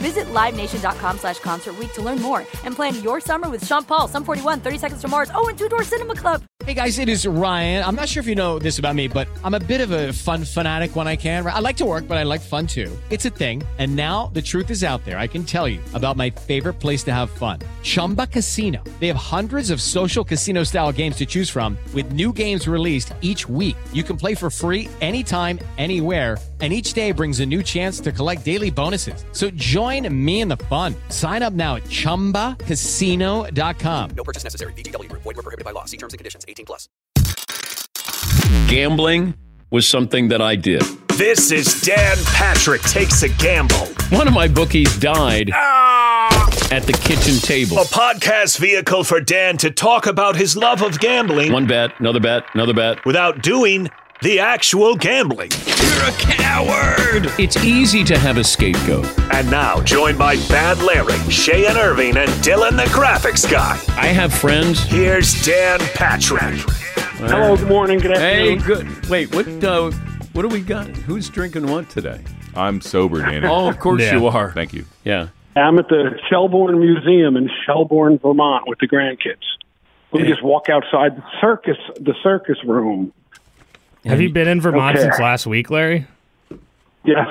Visit LiveNation.com slash Concert Week to learn more and plan your summer with Sean Paul, Sum 41, 30 Seconds to Mars, oh, and Two Door Cinema Club. Hey guys, it is Ryan. I'm not sure if you know this about me, but I'm a bit of a fun fanatic when I can. I like to work, but I like fun too. It's a thing. And now the truth is out there. I can tell you about my favorite place to have fun Chumba Casino. They have hundreds of social casino style games to choose from, with new games released each week. You can play for free anytime, anywhere and each day brings a new chance to collect daily bonuses. So join me in the fun. Sign up now at ChumbaCasino.com. No purchase necessary. BGW. Void were prohibited by law. See terms and conditions. 18 plus. Gambling was something that I did. This is Dan Patrick Takes a Gamble, One of my bookies died at the kitchen table. a podcast vehicle for Dan to talk about his love of gambling One bet, another bet, another bet. without doing the actual gambling. You're a coward! It's easy to have a scapegoat. And now, joined by Bad Larry, Shayan Irving, and Dylan the Graphics Guy, I have friends. here's Dan Patrick. Hello, good morning, good Hey, afternoon. good. Wait, what? Uh, what do we got? Who's drinking what today? I'm sober, Danny. Oh, of course you are. Thank you. Yeah. I'm at the Shelbourne Museum in Shelbourne, Vermont with the grandkids. We just walk outside the circus, the circus room. Have you been in Vermont Okay. since last week, Larry? Yes.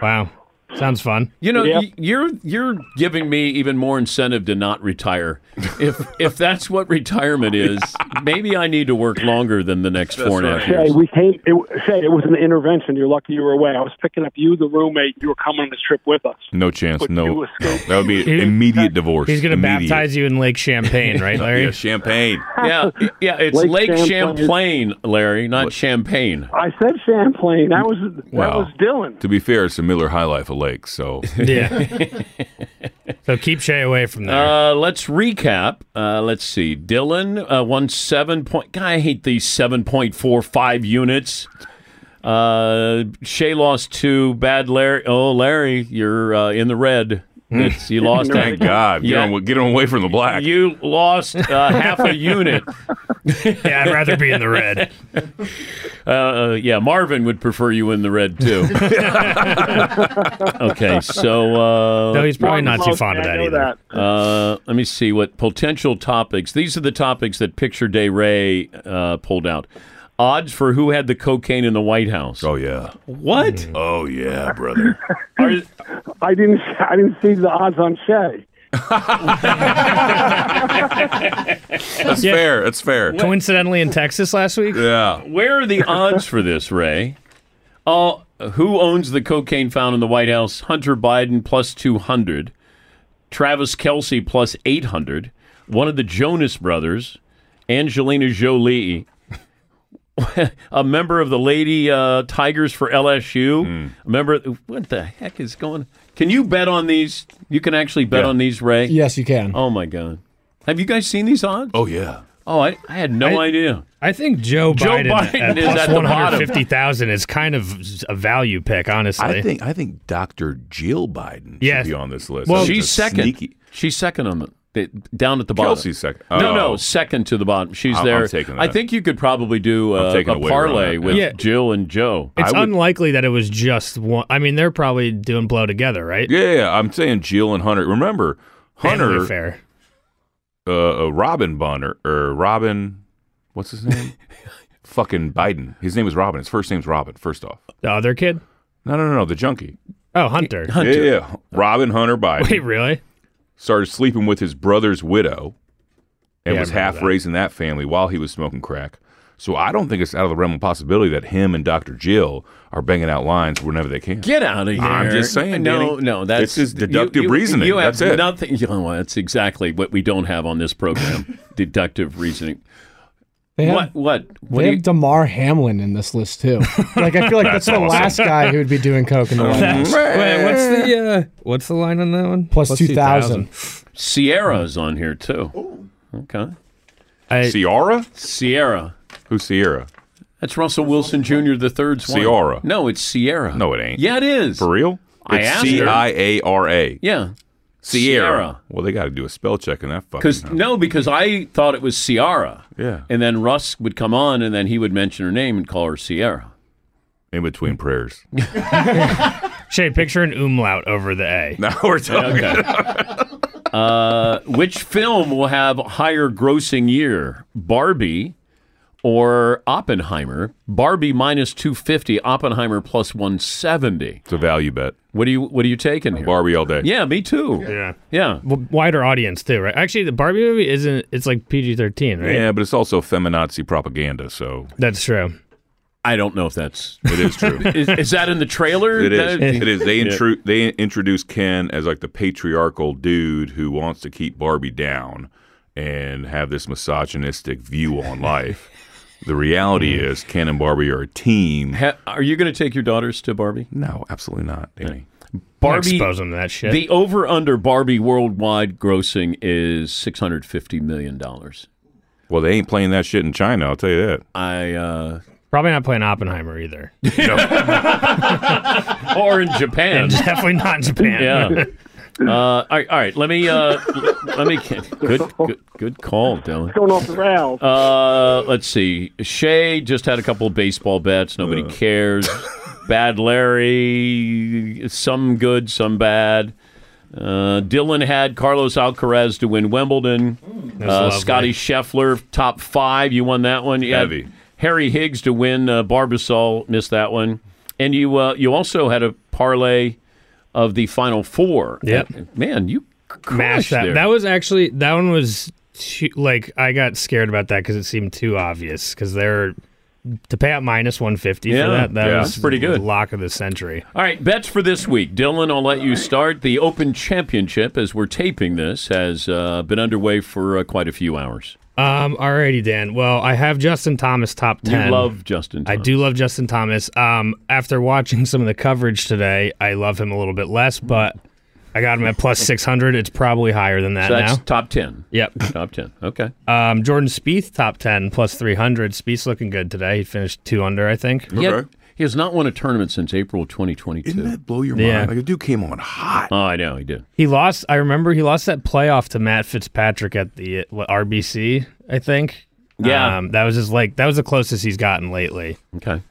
Wow. Sounds fun. You know, Yeah. y- you're you're giving me even more incentive to not retire. If if that's what retirement is, maybe I need to work longer than the next four and a half Shay, years. we came, it, Shay, it was an intervention. You're lucky you were away. I was picking up you, the roommate. You were coming on this trip with us. No chance. But you No, no. escaped. That would be He- immediate divorce. He's going to Immediate. baptize you in Lake Champagne, right, Larry? Yeah, champagne. yeah, yeah. It's Lake, Lake Champlain, Champlain. Larry, not Champagne. I said Champlain. That was that Wow. was Dylan. To be fair, it's a Miller High Life of Lake, so Yeah. so keep Shay away from there. Uh, let's recap. Uh, let's see. Dylan uh, won seven point. God, I hate these seven point four five units. Uh, Shay lost two. Bad Larry. Oh, Larry, you're uh, in the red. It's, you lost. thank God. Get, Yeah. on, get on away from the black. You lost uh, half a unit. yeah, I'd rather be in the red. Uh, yeah, Marvin would prefer you in the red too. okay, so Though uh, he's probably not too Most, fond of I that know either. uh, let me see what potential topics. These are the topics that Picture Day Ray uh, pulled out. Odds for who had the cocaine in the White House. oh yeah. What? Oh yeah, brother. Are- I didn't. I didn't see the odds on Shay. That's fair. That's fair. Coincidentally, in Texas last week, Yeah. where are the odds for this, Ray? Oh, who owns the cocaine found in the White House? Hunter Biden plus 200. Travis Kelsey plus 800. One of the Jonas brothers. Angelina Jolie. a member of the Lady uh, Tigers for LSU. Hmm. A member. What the heck is going Can you bet on these? You can actually bet Yeah. on these, Ray? Yes, you can. Oh, my God. Have you guys seen these odds? Oh yeah. Oh, I, I had no I- idea. I think Joe, Joe Biden, Biden at is plus at the bottom. 150,000 is kind of a value pick, honestly. I think I think Dr. Jill Biden Yeah. should be on this list. Well, That's She's a second. sneaky- She's second on the They, down at the bottom. Kelsey's second. No, no, Oh. second to the bottom. She's I'm- I'm there. taking I that. think you could probably do I'm uh, a, taking a wager on parlay that, with yeah. Jill and Joe. It's I would- unlikely that it was just one. I mean, they're probably doing blow together, right? Yeah, yeah, I'm saying Jill and Hunter. Remember, Family Hunter, affair. uh, uh, Robin Bunner, or Robin, what's his name? Fucking Biden. His name is Robin. His first name's Robin, first off. The other kid? No, no, no, no, the junkie. Oh, Hunter. Hunter. Yeah, yeah. Robin Hunter Biden. Wait, really? started sleeping with his brother's widow and Yeah, I was remember half that. raising that family while he was smoking crack. So I don't think it's out of the realm of possibility that him and Dr. Jill are banging out lines whenever they can. Get out of here! I'm just saying, No, Danny. no, that's This is deductive you, you, reasoning. You have That's it. nothing. You know, that's exactly what we don't have on this program: deductive reasoning. They have, what? What? They What? do have you, Damar Hamlin in this list too. Like I feel like that's, the awesome. last guy who would be doing coke in the White House. Wait, what's the uh, what's the line on that one? Plus 2,000. Sierra's on here too. Okay, I, Ciara? Sierra. Who's Sierra? That's Russell Wilson Jr. the third's one. Ciara. No, it's Sierra. No, it ain't. Yeah, it is. For real? I it's asked her. C I A R A. Yeah. Sierra. Well, they got to do a spell check in that fucking. Because no, because I thought it was Ciara. Yeah. And then Russ would come on, and then he would mention her name and call her Sierra. In between prayers. Shay, picture an umlaut over the A. now we're talking. Uh, which film will have higher grossing year, Barbie or Oppenheimer? Barbie minus two fifty, Oppenheimer plus one seventy. It's a value bet. What do you What are you taking here? Barbie all day. Yeah, me too. Yeah. Yeah. W- wider audience too, right? Actually, the Barbie movie isn't. It's like PG thirteen, right? Yeah, but it's also feminazi propaganda, so That's true. I don't know if that's it is true. is, is that in the trailer? It is. That- It is. They intru- they introduce Ken as like the patriarchal dude who wants to keep Barbie down and have this misogynistic view on life. the reality is Ken and Barbie are a team. Ha- are you going to take your daughters to Barbie? No, absolutely not. Danny. Barbie Barbie. expose them to that shit. The over under Barbie worldwide grossing is six hundred fifty million dollars. Well, they ain't playing that shit in China. I'll tell you that. I uh, Probably not playing Oppenheimer either. or in And Japan. definitely not in Japan. yeah. Uh, all right, all right. Let me uh, l- let me good good good call, Dylan. Going off the rails. Uh, let's see. Shay just had a couple of baseball bets. Nobody cares. bad Larry. Some good, some bad. Uh, Dylan had Carlos Alcaraz to win Wimbledon. Uh, Mm. lovely. Scotty Scheffler, top five. You won that one. You had Heavy. Harry Higgs to win uh, Barbasol. Missed that one. And you uh, you also had a parlay of the final four. Yep. Uh, Man, you c- Mash crushed that. there. That was actually that one was too, like I got scared about that because it seemed too obvious because they're to pay out minus one fifty Yeah, for that. That yeah, was that's pretty good. Lock of the century. All right, bets for this week. Dylan, I'll let you start. The Open Championship, as we're taping this, has uh, been underway for uh, quite a few hours. Um. Alrighty, Dan. Well, I have Justin Thomas top ten. You love Justin. I Thomas. do love Justin Thomas. Um, after watching some of the coverage today, I love him a little bit less, but I got him at plus six hundred. It's probably higher than that So that's now. top ten. Yep. Top ten. Okay. Um, Jordan Spieth top ten plus three hundred. Spieth's looking good today. He finished two under, I think. He, had- he has not won a tournament since April of 2022. Didn't that blow your Yeah. mind? Like the dude came on hot. Oh, I know he did. He lost. I remember he lost that playoff to Matt Fitzpatrick at the uh, what, RBC, I think. Yeah. um, that was his like that was the closest he's gotten lately. Okay.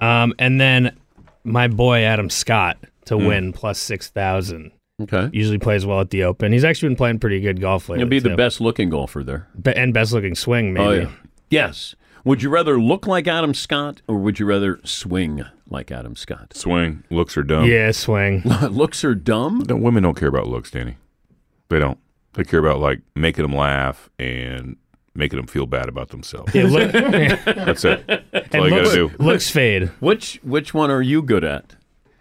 Um, and then my boy Adam Scott to win plus six thousand. Okay. Usually plays well at the Open. He's actually been playing pretty good golf lately. He'll be the Oh, too. best looking golfer there. Oh, Be- and best looking swing. Maybe Yes. Would you rather look like Adam Scott or would you rather swing like Adam Scott? Swing looks are dumb. yeah, swing. Looks are dumb. No, women don't care about looks, Danny. They don't. They care about like making them laugh and making them feel bad about themselves. Yeah, look, and That's it. That's all you gotta looks, do. looks fade. Which which one are you good at?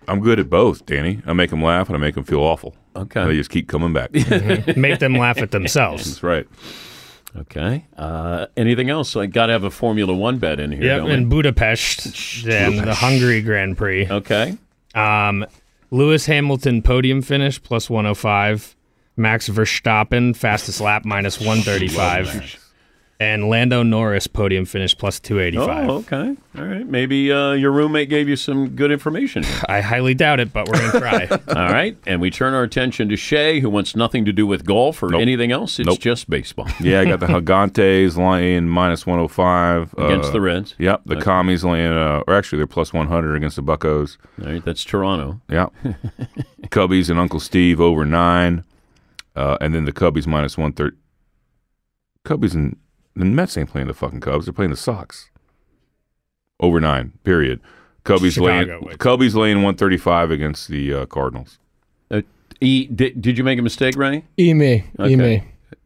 I'm good at both, Danny. I make them laugh and I make them feel awful. Okay. And they just keep coming back. That's Make them laugh at themselves. right. Okay. Uh, anything else? I got to have a Formula One bet in here. Yep, don't we? in Budapest, then the Hungary Grand Prix. okay. Um, Lewis Hamilton podium finish plus 105. Max Verstappen fastest lap minus 135. and Lando Norris podium finish plus 285. Oh, okay. All right. Maybe uh, your roommate gave you some good information. I highly doubt it, but we're going to try. All right. And we turn our attention to Shay, who wants nothing to do with golf or anything else. It's Nope. just baseball. Yeah, I got the Hagantes laying minus 105 Against the Reds. uh, Yep, the Okay. Commies laying, uh, or actually they're plus 100 against the Buckos. All right, that's Toronto. Yeah, Cubbies and Uncle Steve over nine, uh, and then the Cubbies minus one thirty. Cubbies and the Mets ain't playing the fucking Cubs; they're playing the Sox. Over nine, period. Cubbies Chicago laying Cubbies laying one thirty five against the uh, Cardinals. Uh, e, did, did you make a mistake, Ray? E me, Okay. e me. The-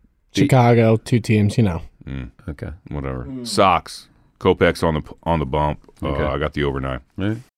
Chicago, two teams, you know. Mm. Okay, whatever. Sox, Kopech's on the on the bump. Okay. Uh, I got the over nine.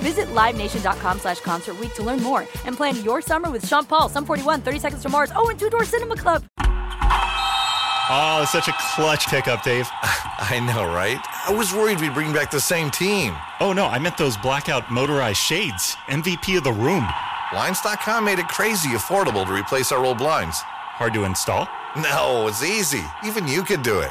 Visit LiveNation.com slash Concert Week to learn more and plan your summer with Sean Paul, Sum 41, 30 Seconds to Mars, oh, and Two Door Cinema Club. Oh, it's such a clutch pickup, Dave. I know, right? I was worried we'd bring back the same team. Oh, no, I meant those blackout motorized shades. MVP of the room. Blinds.com made it crazy affordable to replace our old blinds. Hard to install? No, it's easy. Even you could do it.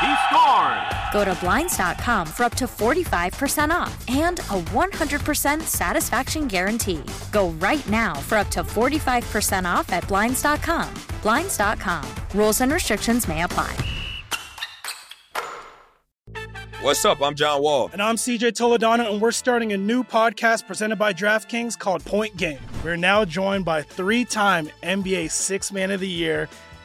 He scores. Go to Blinds.com for up to 45% off and a 100% satisfaction guarantee. Go right now for up to 45% off at Blinds.com. Blinds.com. Rules and restrictions may apply. What's up? I'm John Wall. And I'm CJ Toledano, and we're starting a new podcast presented by DraftKings called Point Game. We're now joined by three time NBA Six Man of the Year,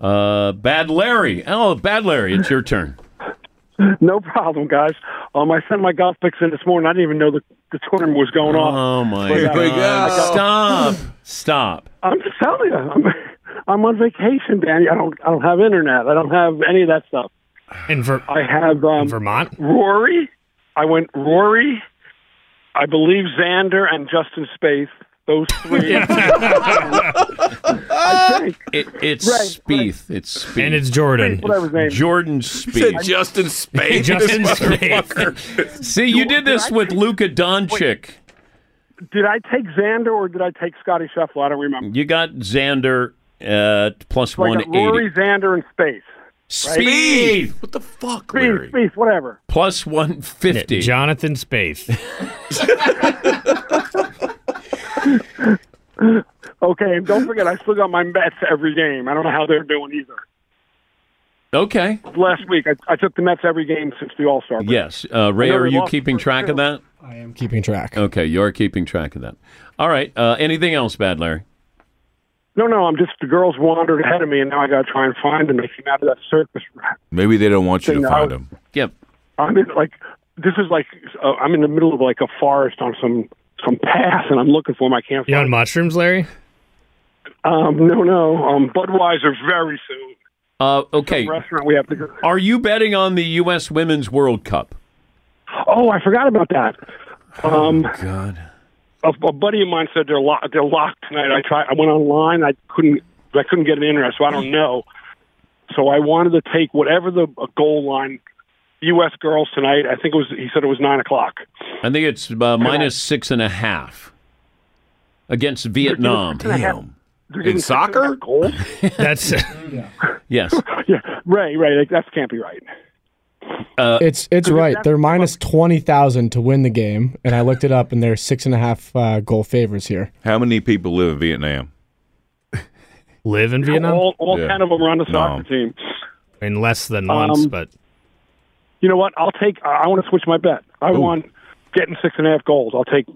Uh, Bad Larry. Oh, Bad Larry, it's your turn. No problem, guys. Um, I sent my golf picks in this morning. I didn't even know the, the tournament was going off. Oh, my But, uh, God. I got- Stop. Stop. I'm just telling you, I'm, I'm on vacation, Danny. I don't, I don't have internet. I don't have any of that stuff. In Ver- I have um, Vermont. Rory. I went Rory. I believe Xander and Justin Spaeth. Those three. I think. It, it's Right, right. Spieth. It's Spieth. And it's Jordan. Whatever his name is. Jordan Spieth. Justin Spaeth. Justin This Spaeth. See, you did this with Luka Doncic. Did I take Xander or did I take Scotty Scheffler? I don't remember. You got Xander uh, plus So I got 180. Rory, Xander, and Spaeth. Speed. What the fuck, Spaeth, Spaeth, whatever. Plus 150. Jonathan Spaeth. Okay, and don't forget, I still got my bets every game. I don't know how they're doing either. Okay. Last week, I, I took the Mets every game since the All Star. Yes. Uh, Ray, I know are they you lost the keeping first track of two. that? I am keeping track. Okay, you are keeping track of that. All right. Uh, anything else, Bad Larry? No, no, I'm just the girls wandered ahead of me, and now I got to try and find them and came out of that circus. Maybe they don't want you Thing to that find I- them. Yep. I'm in like this is like uh, I'm in the middle of like a forest on some some path, and I'm looking for them. I can't. You on mushrooms, Larry? Um, no, no, um, Budweiser very soon. Uh, okay. Restaurant we have to go. Are you betting on the U.S. Women's World Cup? Oh, I forgot about that. Um, God. A, a buddy of mine said they're locked. They're locked tonight. I tried. I went online. I couldn't. I couldn't get an internet, so I don't know. So I wanted to take whatever the uh, goal line. U.S. girls tonight. I think it was. He said it was nine o'clock. I think it's uh, minus six and a half against Vietnam. They're getting six and a half goals? That's yes. yeah, right, right. Like, that can't be right. it's it's right. They're minus twenty thousand to win the game, and I looked it up, and they're six and a half uh, goal favors here. How many people live in Vietnam? live in Vietnam? All, all ten of them are on the soccer team. In less than once, Um, but You know what? I'll take. I, I want to switch my bet. I want getting six and a half goals. I'll take.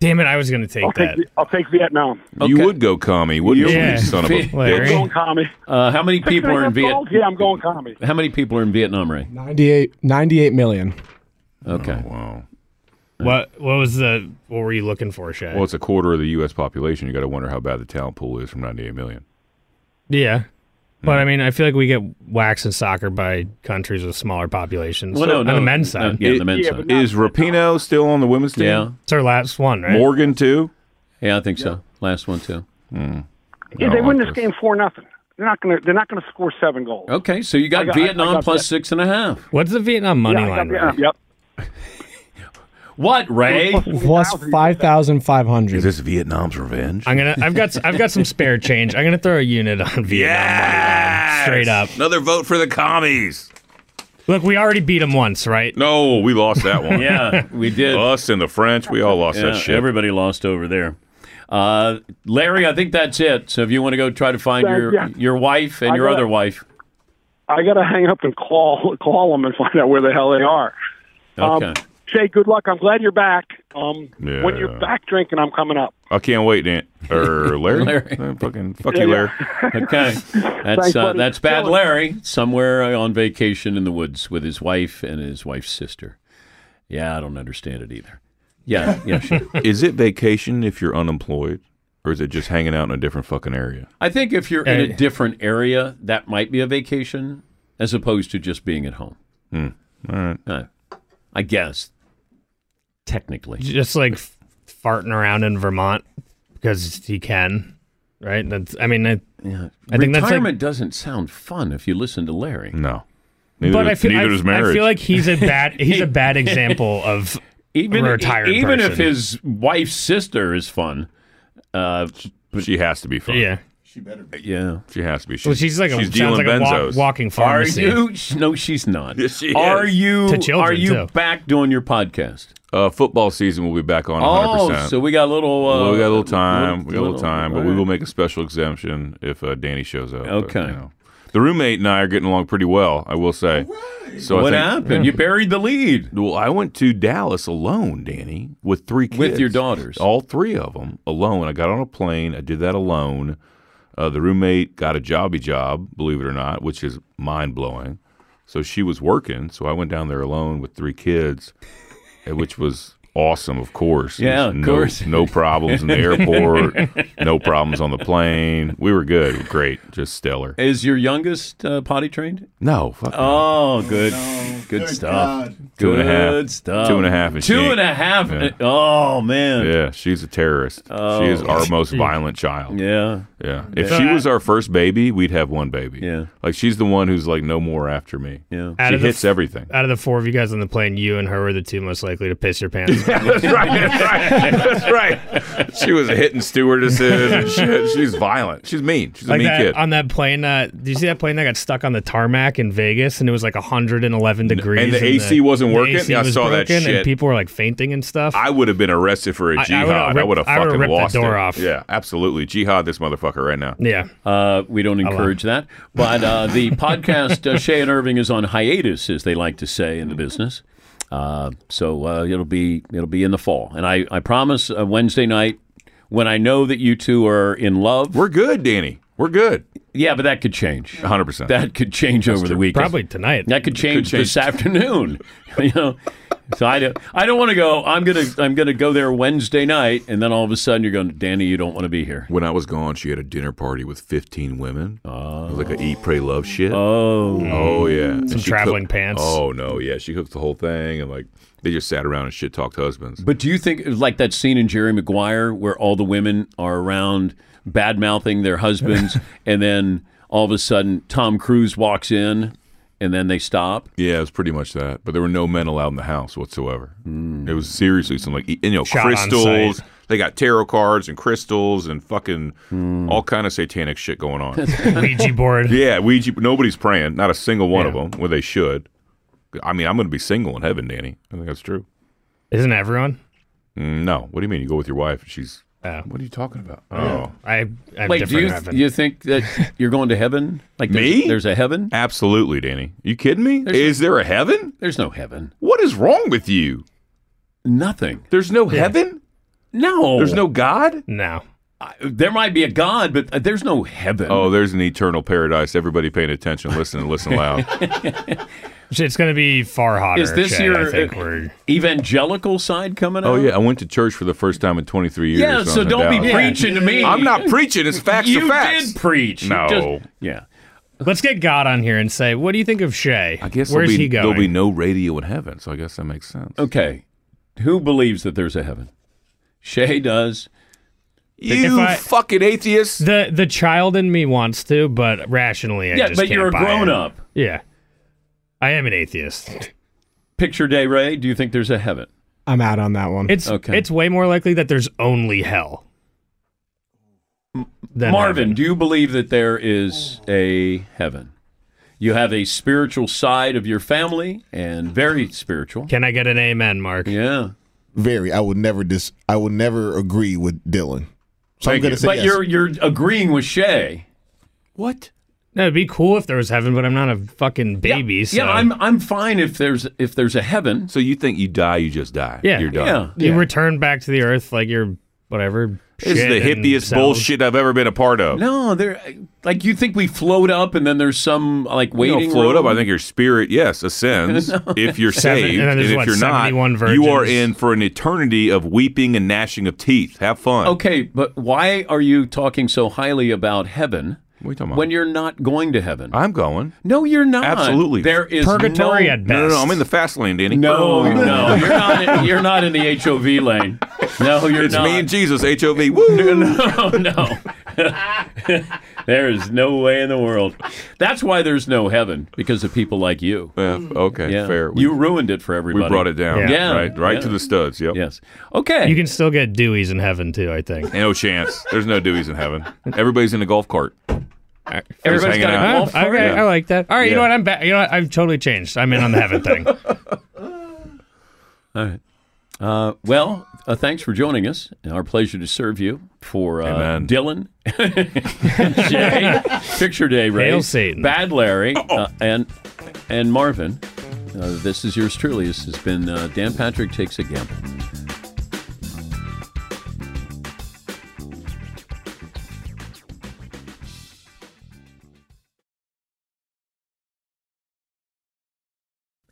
damn it, I was going to take I'll that. take. I'll take Vietnam. You would go commie, wouldn't you, Yeah. you son of Larry. a I'm bitch? going commie. Uh, how many Six and people a are in Oh, half Vietnam? goals? Yeah, I'm going commie. How many people are in Vietnam, Ray? 98, 98 million. Oh. Okay. wow. What what was the what were you looking for, Shay? Well, it's a quarter of the U.S. population. You got to wonder how bad the talent pool is from 98 million. yeah. But I mean, I feel like we get waxed in soccer by countries with smaller populations. Well, no, on no, the men's no, side. yeah, on the men's Yeah, side. but not- Is Rapino still on the women's team? Yeah. It's our last one, right? Morgan too. Yeah, I think so. Last one too. Yeah, they win this game four nothing. They're not gonna. They're not gonna score seven goals. Okay, so you I got, got- I- I Vietnam got plus that. six and a half. What's the Vietnam Yeah, I got Vietnam. Yep. What, Ray? Plus five thousand five hundred. Is this Vietnam's revenge? I'm gonna. I've got. I've got some spare change. I'm gonna throw a unit on Vietnam money line, straight up. Another vote for the commies. Look, we already beat them once, right? No, we lost that one. Yeah, we did. Oh, Us and the French, we all lost Yeah, that shit. Everybody lost over there. Uh, Larry, I think that's it. So if you want to go try to find Thank- your yeah. your wife and I your got- other wife. I got to hang up and call call them and find out where the hell they are. Okay. Um, Shay, good luck. I'm glad you're back. Um, Yeah. When you're back drinking, I'm coming up. I can't wait, Aunt or Larry. Uh, fucking fuck Yeah, you, yeah. Larry. Okay, that's Thanks, uh, buddy. that's bad Larry somewhere uh, on vacation in the woods with his wife and his wife's sister. Yeah, I don't understand it either. Yeah, yeah, sure. is it vacation if you're unemployed, or is it just hanging out in a different fucking area? I think if you're in a Uh, different area, that might be a vacation as opposed to just being at home. Hmm. All right. Uh, I guess technically. Just like f- farting around in Vermont because he can, right? That's. I mean, I, I think that's like. Retirement doesn't sound fun if you listen to Larry. No. Neither, but does- I feel, neither I, does I marriage. feel like he's a bad. He's a bad example of Even, a retired. even if person. his wife's sister is fun, uh, she has to be fun. Yeah. Yeah, she has to be. Well, she's like a- she's sounds dealing like a walk- benzos. walking Are pharmacy. you? No, she's not. Yes, she Are is. you? To children, are you too. back doing your podcast? Uh, football season will be back on. 100%. Oh, so we got a little. Uh, Well, we got a little time. we got a little time, but all we right. will make a special exemption if uh, Danny shows up. but, Okay. you know. The roommate and I are getting along pretty well, I will say. So I What think- happened? You buried the lead. Well, I went to Dallas alone, Danny, with three kids. With your daughters. All three of them alone. I got on a plane. I did that alone. Uh, the roommate got a jobby job, believe it or not, which is mind blowing. So she was working. So I went down there alone with three kids, eh, which was awesome, of course. There Yeah, was of no, course. No problems in the airport, no problems on the plane. We were good. Great. Just stellar. Is your youngest uh, potty trained? No, fuck no. Oh, good, good stuff. Two and a half. Good stuff. Two and a half and she Two ain't- and a half. Yeah. Oh man. Yeah, she's a terrorist. Oh. She is our most violent child. Yeah. Yeah. If So she I- was our first baby, we'd have one baby. Yeah. Like she's the one who's like no more after me. Yeah. Out She of the hits f- everything. Out of the four of you guys on the plane, you and her were the two most likely to piss your pants Yeah, that's right. That's right. That's right. She was hitting stewardesses and shit. She's violent. She's mean. She's a like mean that, kid. on that plane. Uh, do you see that plane that got stuck on the tarmac in Vegas and it was like 111 degrees? and the AC wasn't the working? AC Yeah, I was saw that broken shit. And people were like fainting and stuff. I would have been arrested for a I- I jihad. would've I ripped- would have I would've fucking ripped that lost door it. off. Yeah, absolutely. Jihad this motherfucker right now. Yeah. Uh, we don't Hello. encourage that. But uh, the podcast, uh, Shay and Irving, is on hiatus, as they like to say in the business. Uh, so uh, it'll be it'll be in the fall, and I I promise uh, Wednesday night when I know that you two are in love. We're good, Danny. We're good. Yeah, but that could change. 100%. That could change That's over the true. weekend. Probably tonight. That could change, Could change. this afternoon. you know. So I don't I don't want to go. I'm gonna I'm gonna go there Wednesday night, and then all of a sudden you're going, Danny, you don't want to be here. When I was gone, she had a dinner party with 15 women. Oh. It was like a eat, pray, love shit. Oh. Oh, yeah. And Some she traveling cooked- pants. Oh, no. Yeah. She cooked the whole thing and like they just sat around and shit talked husbands. But do you think it was like that scene in Jerry Maguire where all the women are around bad mouthing their husbands, and then all of a sudden Tom Cruise walks in, and then they stop? Yeah, it was pretty much that. But there were no men allowed in the house whatsoever. It was seriously some like, e, you know, Shot on crystals. They got tarot cards and crystals and fucking all kind of satanic shit going on. Ouija board. Yeah, Ouija. Nobody's praying. Not a single one Yeah. of them. Where they should. I mean, I'm going to be single in heaven, Danny. I think that's true. Isn't everyone? Mm, No. What do you mean? You go with your wife? She's. Oh. What are you talking about? Yeah. Oh, I, I'm Wait, do different. you, Evan. you think that you're going to heaven? Like there's- me? There's a heaven? Absolutely, Danny. You kidding me? is there a heaven? There's no heaven. What is wrong with you? Nothing. There's no heaven. No. There's no God. No. There might be a God, but uh, there's no heaven. Oh, there's an eternal paradise. Everybody paying attention, listen and listen loud. It's going to be far hotter. Is this Shay, your I think uh, we're evangelical side coming out? oh yeah, I went to church for the first time in 23 years. Yeah, when I so was in don't be Dallas. preaching to me. I'm not preaching. It's facts You are facts. did preach. You No. just- yeah. Let's get God on here and say, what do you think of Shay? I guess Where's there'll be, he going? There'll be no radio in heaven, so I guess that makes sense. Okay. Who believes that there's a heaven? Shay does. You fucking atheist. The the child in me wants to, but rationally, I Yeah, just but you're a can't buy it. grown-up. Yeah, I am an atheist. Picture day, Ray. Do you think there's a heaven? I'm out on that one. It's Okay. it's way more likely that there's only hell. Than Marvin, heaven. do you believe that there is a heaven? You have a spiritual side of your family and very spiritual. Can I get an amen, Mark? Yeah. Very. I would never dis. I would never agree with Dylan. So I'm going Thank you. to say but yes. you're you're agreeing with Shay. What? No, it'd be cool if there was heaven, but I'm not a fucking baby. so. Yeah, I'm I'm fine if there's if there's a heaven. So you think you die, you just die. Yeah, You're done. You return back to the earth like you're whatever. This is shit the and hippiest cells. bullshit I've ever been a part of. No, there like you think we float up and then there's some like You waiting don't float room? up. I think your spirit, yes, ascends if you're Seven- saved, and then and, there's if what, you're not, 71 you are virgins? in for an eternity of weeping and gnashing of teeth. Have fun. Okay, but why are you talking so highly about heaven? When you're not going to heaven. I'm going. No, you're not. Absolutely. There is no, No, no, no, I'm in the fast lane, Danny. No, no, you're not. In, you're not in the HOV lane. No, you're it's not. me and Jesus, HOV. Woo! No, no. there is no way in the world. That's why there's no heaven because of people like you. okay, fair. We- you ruined it for everybody. We brought it down. Yeah, Right, right to yeah. the studs. Yep. Yes. Okay. You can still get Dewey's in heaven too. I think. No chance. There's no Deweys in heaven. Everybody's in a golf cart. Everybody's Everybody's got a golf cart. Okay, I like that. All right, you know what? I'm back. You know what? I've totally changed. I'm in on the heaven thing. All right. Uh, well, uh, thanks for joining us. Our pleasure to serve you for uh, Amen. Dylan, Jay, Picture Day, Ray, Hail Satan. Bad Larry, uh, and and Marvin. Uh, this is yours truly. This has been uh, Dan Patrick takes a gamble.